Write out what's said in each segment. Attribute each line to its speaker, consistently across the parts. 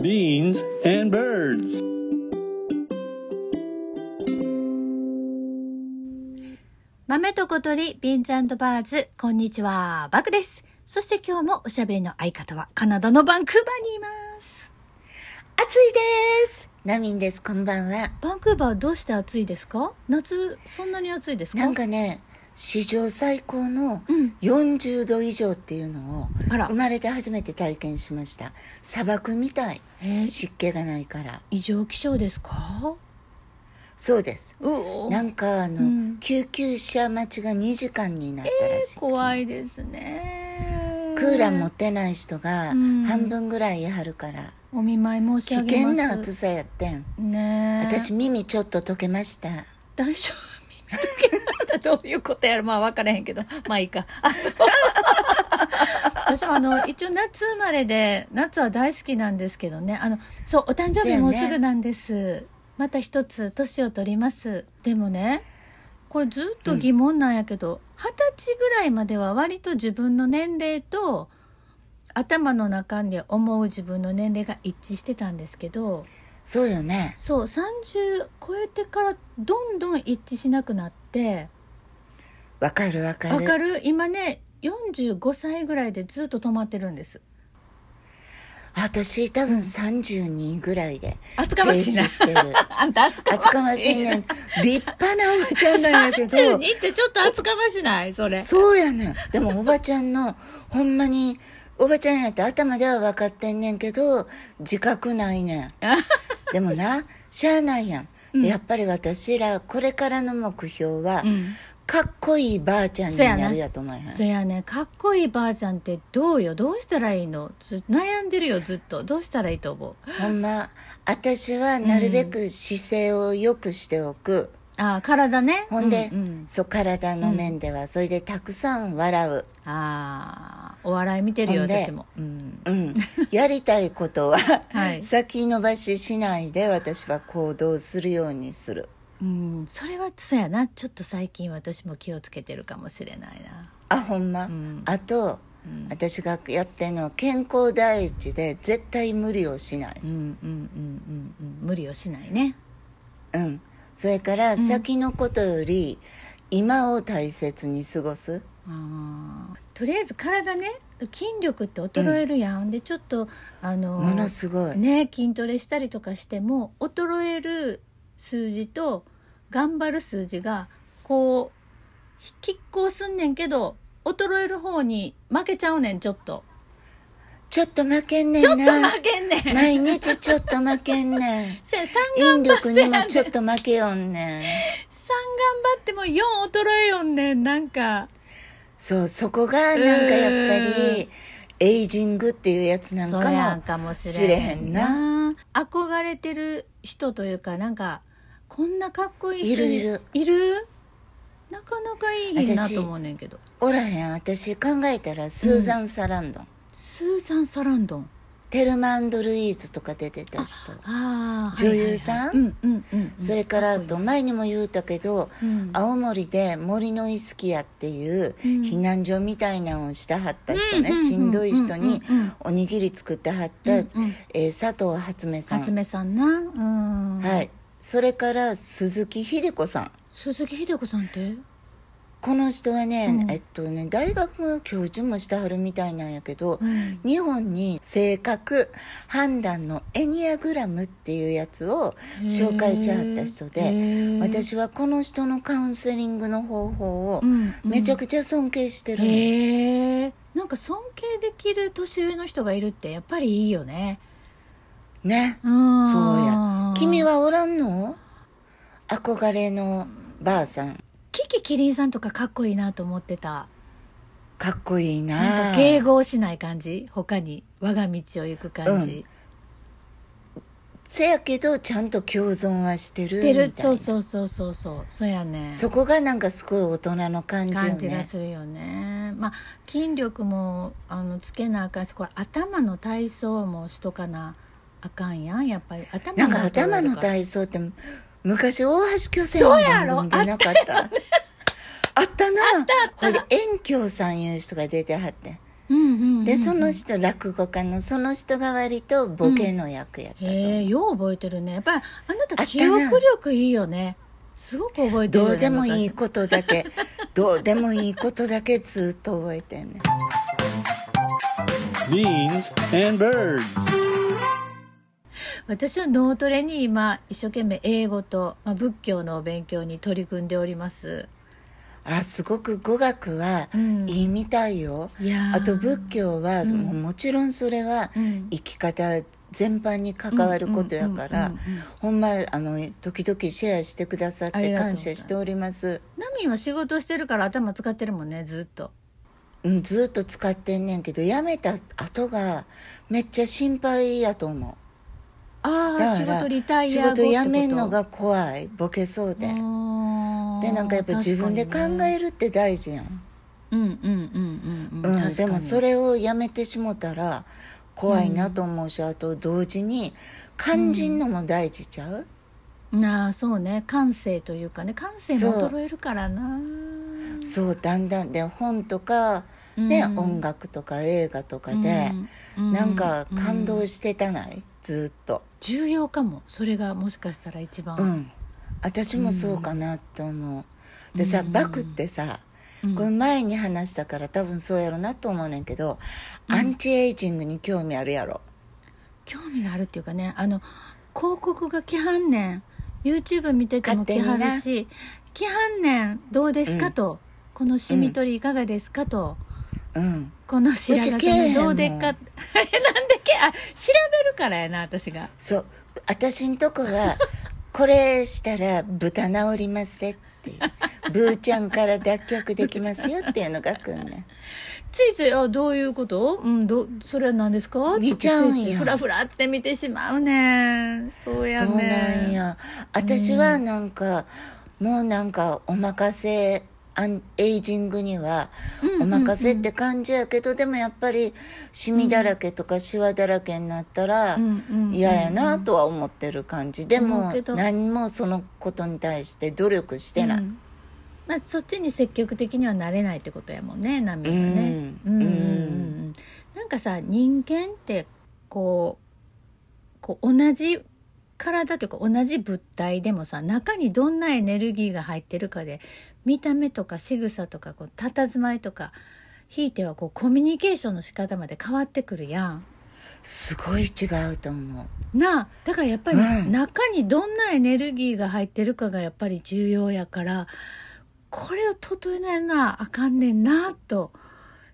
Speaker 1: beans, and birds.
Speaker 2: 豆と小鳥、ビーンズバーズ、こんにちは、バクです。そして今日もおしゃべりの相方はカナダのバンクーバーにいます。
Speaker 3: 暑いです。ナミンです。こんばんは。
Speaker 2: バンクーバーどうして暑いですか夏、そんなに暑いですか
Speaker 3: なんかね、史上最高の
Speaker 2: うん
Speaker 3: 40度以上っていうのを
Speaker 2: あら
Speaker 3: 生まれて初めて体験しました。砂漠みたい。
Speaker 2: えー
Speaker 3: 湿気がないから。
Speaker 2: 異常気象ですか
Speaker 3: そうです。
Speaker 2: うお
Speaker 3: なんかあの、
Speaker 2: うん
Speaker 3: 救急車待ちが2時間になったらしい。
Speaker 2: 怖いですね。
Speaker 3: クーラー持ってない人が
Speaker 2: うん
Speaker 3: 半分ぐらいやはるから、
Speaker 2: お見舞い申し
Speaker 3: 危
Speaker 2: 上げます。
Speaker 3: 険な暑さやってん。
Speaker 2: ねえ。
Speaker 3: 私耳ちょっと溶けました。
Speaker 2: 大丈夫耳溶けましたどういうことやらまあ分からへんけど まあいいかあの私もあの一応夏生まれで夏は大好きなんですけどねあのそうお誕生日もうすぐなんです、また一つ年を取りますでもねこれずっと疑問なんやけど二十、歳ぐらいまでは割と自分の年齢と頭の中で思う自分の年齢が一致してたんですけど
Speaker 3: そうよね。
Speaker 2: そう30超えてからどんどん一致しなくなって
Speaker 3: わかるわかる。
Speaker 2: わかる今ね45歳ぐらいでずっと止まってるんです
Speaker 3: 私多分32ぐらいで
Speaker 2: 厚
Speaker 3: 停
Speaker 2: かま
Speaker 3: 止
Speaker 2: しいな
Speaker 3: してる
Speaker 2: あんた厚
Speaker 3: 厚か
Speaker 2: かま
Speaker 3: ま
Speaker 2: し
Speaker 3: し
Speaker 2: い
Speaker 3: い
Speaker 2: な
Speaker 3: ねん立派なおばちゃんなん やけど
Speaker 2: 32ってちょっと厚かましないそれ
Speaker 3: そうやねんでもおばちゃんのほんまにおばちゃんやって頭では分かってんねんけど自覚ないね んでもなしゃあないやんでやっぱり私らこれからの目標は、
Speaker 2: うん
Speaker 3: かっこいいばあちゃんになるやと思えへん
Speaker 2: そやねかっこいいばあちゃんってどうよどうしたらいいのず悩んでるよずっとどうしたらいいと思う
Speaker 3: ほんま私はなるべく姿勢を良くしておく、
Speaker 2: あー体ね
Speaker 3: ほんで、
Speaker 2: うんうん
Speaker 3: そう体の面では、それでたくさん笑う、
Speaker 2: あーお笑い見てるよ
Speaker 3: ほんで
Speaker 2: 私もうん
Speaker 3: うん、やりたいことは、
Speaker 2: はい
Speaker 3: 先延ばししないで私は行動するようにする
Speaker 2: うん、それはそうやなちょっと最近私も気をつけてるかもしれないな
Speaker 3: あほんま、
Speaker 2: ん
Speaker 3: あと、私がやってるのは健康第一で絶対無理をしない
Speaker 2: うんうんうんうんうん無理をしないね
Speaker 3: うんそれから先のことより、今を大切に過ごす
Speaker 2: あーとりあえず体ね筋力って衰えるやん、でちょっとあの
Speaker 3: ものすごい、
Speaker 2: ね筋トレしたりとかしても衰える数字と頑張る数字がこう拮抗すんねんけど衰える方に負けちゃうねんちょっと
Speaker 3: ちょっと負けんねん
Speaker 2: ちょ
Speaker 3: な
Speaker 2: っと 負けんねん
Speaker 3: 毎日ちょっと負け んねん
Speaker 2: せや三
Speaker 3: 引力にもちょっと負けよんね
Speaker 2: 3
Speaker 3: ん。
Speaker 2: 頑張っても4衰えよんねんなんか
Speaker 3: そう、そこがなんかやっぱり、エイジングっていうやつなん
Speaker 2: それや
Speaker 3: か
Speaker 2: ん
Speaker 3: も、
Speaker 2: かも
Speaker 3: しれへん
Speaker 2: な憧れてる人というかなんかこんなかっこいい人
Speaker 3: いる
Speaker 2: いるいるなかなかいいなと思うねんけど
Speaker 3: おらへん。私考えたら、スーザン・サランドン、
Speaker 2: スーザン・サランドン
Speaker 3: テルマンド・ルイーズとか出てた人。
Speaker 2: ああ
Speaker 3: 女優さん
Speaker 2: うんうんうんうん
Speaker 3: それから、あ
Speaker 2: かっ
Speaker 3: と
Speaker 2: こ
Speaker 3: 前にも言うたけど、
Speaker 2: いいなうん
Speaker 3: 青森で森のイスキヤっていう避難所みたいなのをしたはった人ね、
Speaker 2: うん
Speaker 3: しんどい人に
Speaker 2: うんうん
Speaker 3: おにぎり作ってはった、
Speaker 2: うんうん
Speaker 3: えー佐藤初音さん。
Speaker 2: 夏目さんなうん
Speaker 3: はい。それから鈴木秀子さん。
Speaker 2: 鈴木秀子さんって
Speaker 3: この人はね、
Speaker 2: うん
Speaker 3: えっとね大学の教授もしてはるみたいなんやけど、
Speaker 2: うん
Speaker 3: 日本に性格判断のエニアグラムっていうやつを紹介しはった人
Speaker 2: へ
Speaker 3: で
Speaker 2: ー
Speaker 3: 私はこの人のカウンセリングの方法を
Speaker 2: うんうん
Speaker 3: めちゃくちゃ尊敬してるの、
Speaker 2: へえなんか尊敬できる年上の人がいるってやっぱりいいよね
Speaker 3: ね
Speaker 2: うん
Speaker 3: そうや君はおらんの憧れのばあさん
Speaker 2: キキキリンさんとかかっこいいなと思ってた
Speaker 3: かっこいい
Speaker 2: なんか
Speaker 3: な
Speaker 2: 迎合しない感じ他に我が道を行く感じ、
Speaker 3: せやけどちゃんと共存はしてる
Speaker 2: し
Speaker 3: み
Speaker 2: て
Speaker 3: たい
Speaker 2: る
Speaker 3: な
Speaker 2: そうそうそうそうそうそうやね
Speaker 3: そこがなんかすごい大人の感じよ
Speaker 2: 感じが
Speaker 3: ね
Speaker 2: するよねまあ筋力もあのつけなあかんしこれ頭の体操もしとかなあかんやんやっぱり頭
Speaker 3: なん
Speaker 2: が
Speaker 3: か頭の体操って昔大橋巨泉の
Speaker 2: そうやろ
Speaker 3: 番組でなかったあったなほいで遠京さんいう人が出てはって
Speaker 2: うんうんうんうん
Speaker 3: でその人落語家のその人が割とボケの役やったと、
Speaker 2: へえよう覚えてるねやっぱりあな
Speaker 3: あった
Speaker 2: た
Speaker 3: な
Speaker 2: 記憶力いいよねすごく覚えてるよ
Speaker 3: ど
Speaker 2: ね
Speaker 3: うでもいいことだけどうでもいいことだけずっと覚えてんねん
Speaker 1: Beans and birds.
Speaker 2: 私は脳トレに今一生懸命英語と、まあ、仏教のお勉強に取り組んでおります
Speaker 3: あすごく語学は
Speaker 2: うん
Speaker 3: いいみたいよ、
Speaker 2: いやー
Speaker 3: あと仏教は、
Speaker 2: うん
Speaker 3: もうもちろんそれは
Speaker 2: うん
Speaker 3: 生き方全般に関わることやから、
Speaker 2: うんうんうんうんうん
Speaker 3: ほんまあの時々シェアしてくださっ
Speaker 2: あり
Speaker 3: て
Speaker 2: がとう
Speaker 3: 感謝しております
Speaker 2: ナミンは仕事してるから頭使ってるもんねずっと
Speaker 3: うんずっと使ってんねんけどやめた後がめっちゃ心配やと思
Speaker 2: あ
Speaker 3: う
Speaker 2: あ
Speaker 3: だ
Speaker 2: 仕
Speaker 3: から
Speaker 2: 事リタイ
Speaker 3: 仕
Speaker 2: ア後ってこと
Speaker 3: 事やめんのが怖いボケそうででなんかやっぱ自分で考え
Speaker 2: る
Speaker 3: るって大事やん、
Speaker 2: うんうんうんうん、
Speaker 3: うん、でもそ
Speaker 2: れ
Speaker 3: れをやめてしもたら怖いなと思うし、あと同時に肝心のも大事ちゃう、
Speaker 2: なあそうね感性というかね感性も衰えるからな
Speaker 3: そうだんだんで本とか、ね
Speaker 2: うん
Speaker 3: 音楽とか映画とかで、
Speaker 2: うん
Speaker 3: なんか感
Speaker 2: うん
Speaker 3: 動してたない、ずっと
Speaker 2: 重要かもそれがもしかしたら一番、
Speaker 3: うん私もそうかなと思うでさ、
Speaker 2: うん
Speaker 3: バクってさ
Speaker 2: うん
Speaker 3: これ前に話したから多分そうやろなと思うねんけど、アンチエイジングに興味あるやろ
Speaker 2: 興味があるっていうかねあの広告が来はんねん YouTube 見てても来
Speaker 3: 勝手
Speaker 2: は
Speaker 3: にな
Speaker 2: るし来はんねんどうですか
Speaker 3: うん
Speaker 2: と、このしみ取りいかがですかと、
Speaker 3: うん
Speaker 2: この白
Speaker 3: うち来え
Speaker 2: 髪
Speaker 3: へんもん
Speaker 2: どうでっか あれなんでけあ調べるからやな私が
Speaker 3: そう私んとこ はこれしたら豚治りますせっていうブーちゃんから脱却できますよっていうのが来んねん
Speaker 2: ついついあどういうことうんどそれは何ですか
Speaker 3: 見ちゃうんや
Speaker 2: ってついついふらふらって見てしまうねんそうや
Speaker 3: そ
Speaker 2: ね
Speaker 3: うなんや私はなんか、もうなんかお任せアンエイジングにはお任せって感じやけど、でもやっぱりシミだらけとかシワだらけになったら
Speaker 2: うんうんうん
Speaker 3: 嫌やなとは思ってる感じで
Speaker 2: 思
Speaker 3: も
Speaker 2: うけど
Speaker 3: 何もそのことに対して努力してない、
Speaker 2: うんまあ、そっちに積極的にはなれないってことやもんね難民はねうん
Speaker 3: うん
Speaker 2: うんうん
Speaker 3: うん
Speaker 2: なんかさ人間ってこうこう同じ体というか同じ物体でもさ中にどんなエネルギーが入ってるかで見た目とか仕草とかこう佇まいとかひいてはこうコミュニケーションの仕方まで変わってくるやん。
Speaker 3: すごい違うと思う
Speaker 2: なあだからやっぱり
Speaker 3: うん
Speaker 2: 中にどんなエネルギーが入ってるかがやっぱり重要やからこれを整えないなあかんねんなと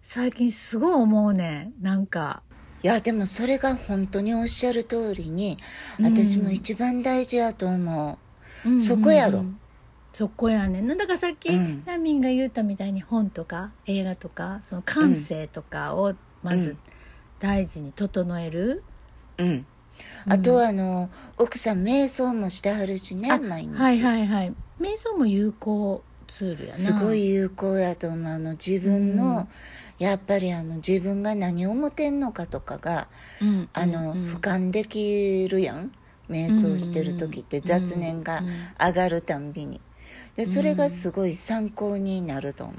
Speaker 2: 最近すごい思うねんなんか
Speaker 3: いやでもそれが本当におっしゃる通りに私も一番大事やと思う、そこやろ、
Speaker 2: うんそこやねんなだからさっき、
Speaker 3: うん
Speaker 2: ナミンが言ったみたいに本とか映画とかその感性とかをま
Speaker 3: う
Speaker 2: ず
Speaker 3: ん
Speaker 2: 大事に整える、
Speaker 3: うん、あとはあの奥さん瞑想もしてはるしね毎日、
Speaker 2: はいはいはい瞑想も有効ツールやな
Speaker 3: すごい有効やと思うあの自分の、やっぱりあの自分が何を思ってんのかとかが
Speaker 2: うんうんうん
Speaker 3: あの、俯瞰できるやん瞑想してる時って
Speaker 2: うんうんうん
Speaker 3: 雑念が
Speaker 2: うん
Speaker 3: 上がるたんびにでそれがすごい参考になると思う、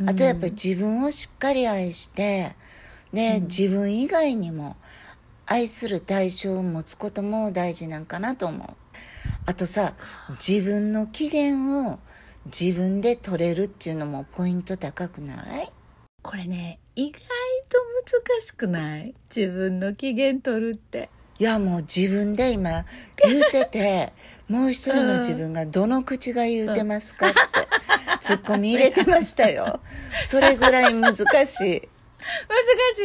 Speaker 2: うん
Speaker 3: あとやっぱり自分をしっかり愛してで、自分以外にも愛する対象を持つことも大事なんかなと思うあとさ自分の機嫌を自分で取れるっていうのもポイント高くない
Speaker 2: これね意外と難しくない自分の機嫌取るって
Speaker 3: いやもう自分で今言うて てもう一人の自分がどの口が言うてますかってツッコミ入れてましたよそれぐらい難し い
Speaker 2: 難し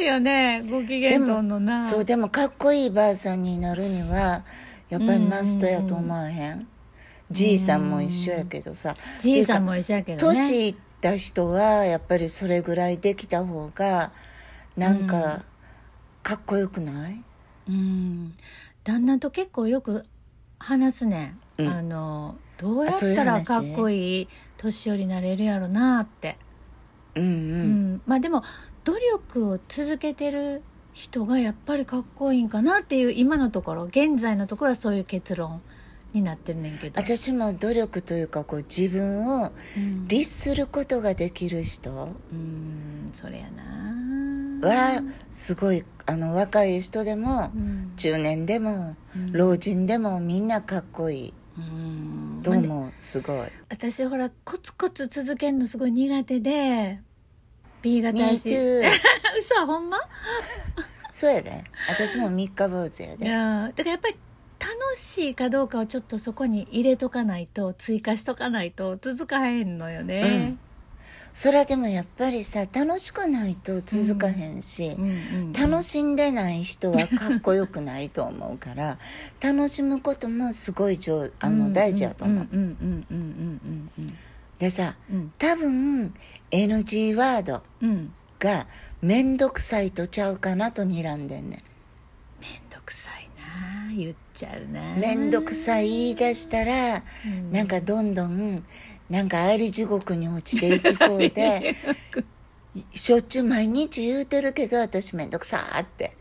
Speaker 2: いよねご機嫌
Speaker 3: で
Speaker 2: 取んのな
Speaker 3: もそうでもかっこいいばあさんになるにはやっぱりマストやと思わへんじいさんも一緒やけどさ
Speaker 2: じいさんも一緒やけどね
Speaker 3: 年いった人はやっぱりそれぐらいできた方がなんかかっこよくな
Speaker 2: う
Speaker 3: い、
Speaker 2: ん旦那と結構よく話すね、
Speaker 3: うん
Speaker 2: あのどうやっ
Speaker 3: あそういう
Speaker 2: たら
Speaker 3: 話
Speaker 2: かっこいい年寄りになれるやろなって
Speaker 3: うん
Speaker 2: う
Speaker 3: うん
Speaker 2: ん、まあでも努力を続けてる人がやっぱりかっこいいんかなっていう今のところ現在のところはそういう結論になってるねんけど
Speaker 3: 私も努力というかこう自分を
Speaker 2: うん
Speaker 3: 律することができる人、
Speaker 2: うーんそれやな
Speaker 3: うんはすごいあの若い人でも
Speaker 2: うん
Speaker 3: 中年でも
Speaker 2: うん
Speaker 3: 老人でもみんなかっこいい
Speaker 2: うん
Speaker 3: どうもすごい
Speaker 2: 私ほらコツコツ続けるのすごい苦手で B
Speaker 3: 「
Speaker 2: 型や
Speaker 3: Me
Speaker 2: し
Speaker 3: too
Speaker 2: 嘘ほんま」
Speaker 3: そうやで私も三日坊主や
Speaker 2: い
Speaker 3: で
Speaker 2: やだからやっぱり楽しいかどうかをちょっとそこに入れとかないと追加しとかないと続かへんのよね、
Speaker 3: それでもやっぱりさ楽しくないと続かへんし
Speaker 2: うんうん
Speaker 3: 楽しんでない人はかっこよくないと思うから楽しむこともすごい上あ
Speaker 2: う
Speaker 3: の
Speaker 2: ん
Speaker 3: 大事やと思う
Speaker 2: うんうんうんうんうん
Speaker 3: でさ
Speaker 2: うん
Speaker 3: 多分 NG ワード
Speaker 2: うんうん
Speaker 3: が面倒くさいとちゃうかなと睨んでんね
Speaker 2: めんどくさいな言っちゃうなん
Speaker 3: 面倒くさい言い出したら
Speaker 2: うん
Speaker 3: なんかどんどんなんかあり地獄に落ちていきそうでしょっちゅう毎日言うてるけど私面倒くさーって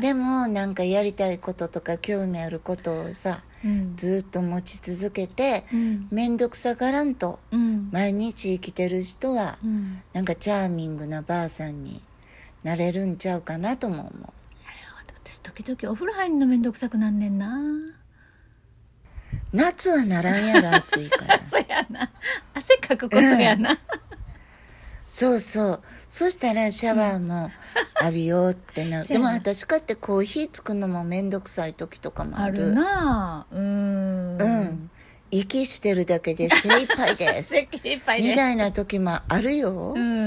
Speaker 3: でもなんかやりたいこととか興味あることをさ
Speaker 2: うん
Speaker 3: ずっと持ち続けて
Speaker 2: うん
Speaker 3: 面倒くさがらんと
Speaker 2: うん
Speaker 3: 毎日生きてる人は
Speaker 2: うん
Speaker 3: なんかチャーミングなばあさんになれるんちゃうかなとも思う
Speaker 2: 私時々お風呂入るのめんどくさくなんねんな
Speaker 3: 夏はならんやろ暑いから
Speaker 2: そうやな汗かくことやな、
Speaker 3: そうそうそしたらシャワーも浴びようってなる
Speaker 2: せ
Speaker 3: で
Speaker 2: や
Speaker 3: も
Speaker 2: な
Speaker 3: 私かってコーヒー作るのも面倒くさい時とかもあ
Speaker 2: あ
Speaker 3: る
Speaker 2: るなあうーん
Speaker 3: うん息してるだけで精一杯 です
Speaker 2: 席いっぱい
Speaker 3: み
Speaker 2: です
Speaker 3: たいな時もあるよ、
Speaker 2: うんうんうんうんうんう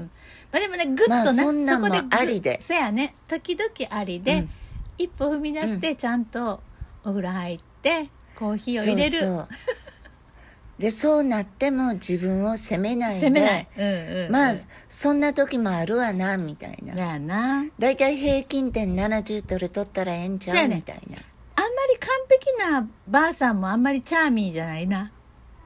Speaker 2: んまあでもねグッとな、
Speaker 3: まあそんなんも
Speaker 2: こでグッ
Speaker 3: ありで
Speaker 2: そやね時々ありで、
Speaker 3: うん
Speaker 2: 一歩踏み出してちゃんとお風呂入ってコーヒーを入れる
Speaker 3: そうそうでそうなっても自分を責めないで
Speaker 2: 責めない、うんうん
Speaker 3: まあ
Speaker 2: うん
Speaker 3: そんな時もあるわなみたいな
Speaker 2: だよなあんま
Speaker 3: 大体平均点70取れとったらええんち
Speaker 2: そ
Speaker 3: ゃ
Speaker 2: や
Speaker 3: う
Speaker 2: ね
Speaker 3: みたいな
Speaker 2: り完璧なばあさんもあんまりチャーミーじゃないな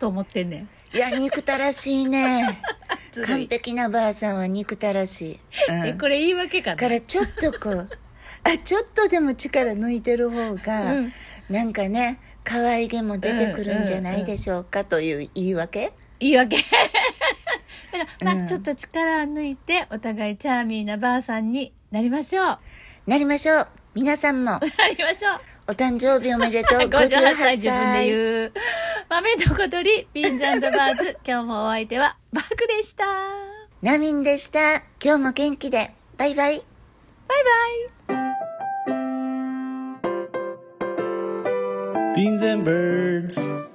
Speaker 2: と思ってんねん
Speaker 3: いや憎たらしいね
Speaker 2: ずるい
Speaker 3: 完璧なばあさんは憎たらしい、うん
Speaker 2: えこれ言い訳か
Speaker 3: か
Speaker 2: な
Speaker 3: らちょっとこうあちょっとでも力抜いてる方が、
Speaker 2: うん
Speaker 3: なんかね可愛げも出てくるんじゃないでしょうかという言い訳、
Speaker 2: 言い訳 だからま
Speaker 3: う
Speaker 2: あ
Speaker 3: ん
Speaker 2: ちょっと力を抜いてお互いチャーミーなばあさんになりま しょうな
Speaker 3: なりましょう皆さんも
Speaker 2: りましょう
Speaker 3: お誕生日おめでとう
Speaker 2: 58
Speaker 3: 58
Speaker 2: 歳
Speaker 3: 歳
Speaker 2: 自分で言う。豆の小鳥、ピンザンドバーズ。今日もお相手は、バクでした。バ
Speaker 3: ナミンでした今日も元気でバイバ
Speaker 2: イ
Speaker 3: イ
Speaker 2: バイ。
Speaker 1: Beans and birds.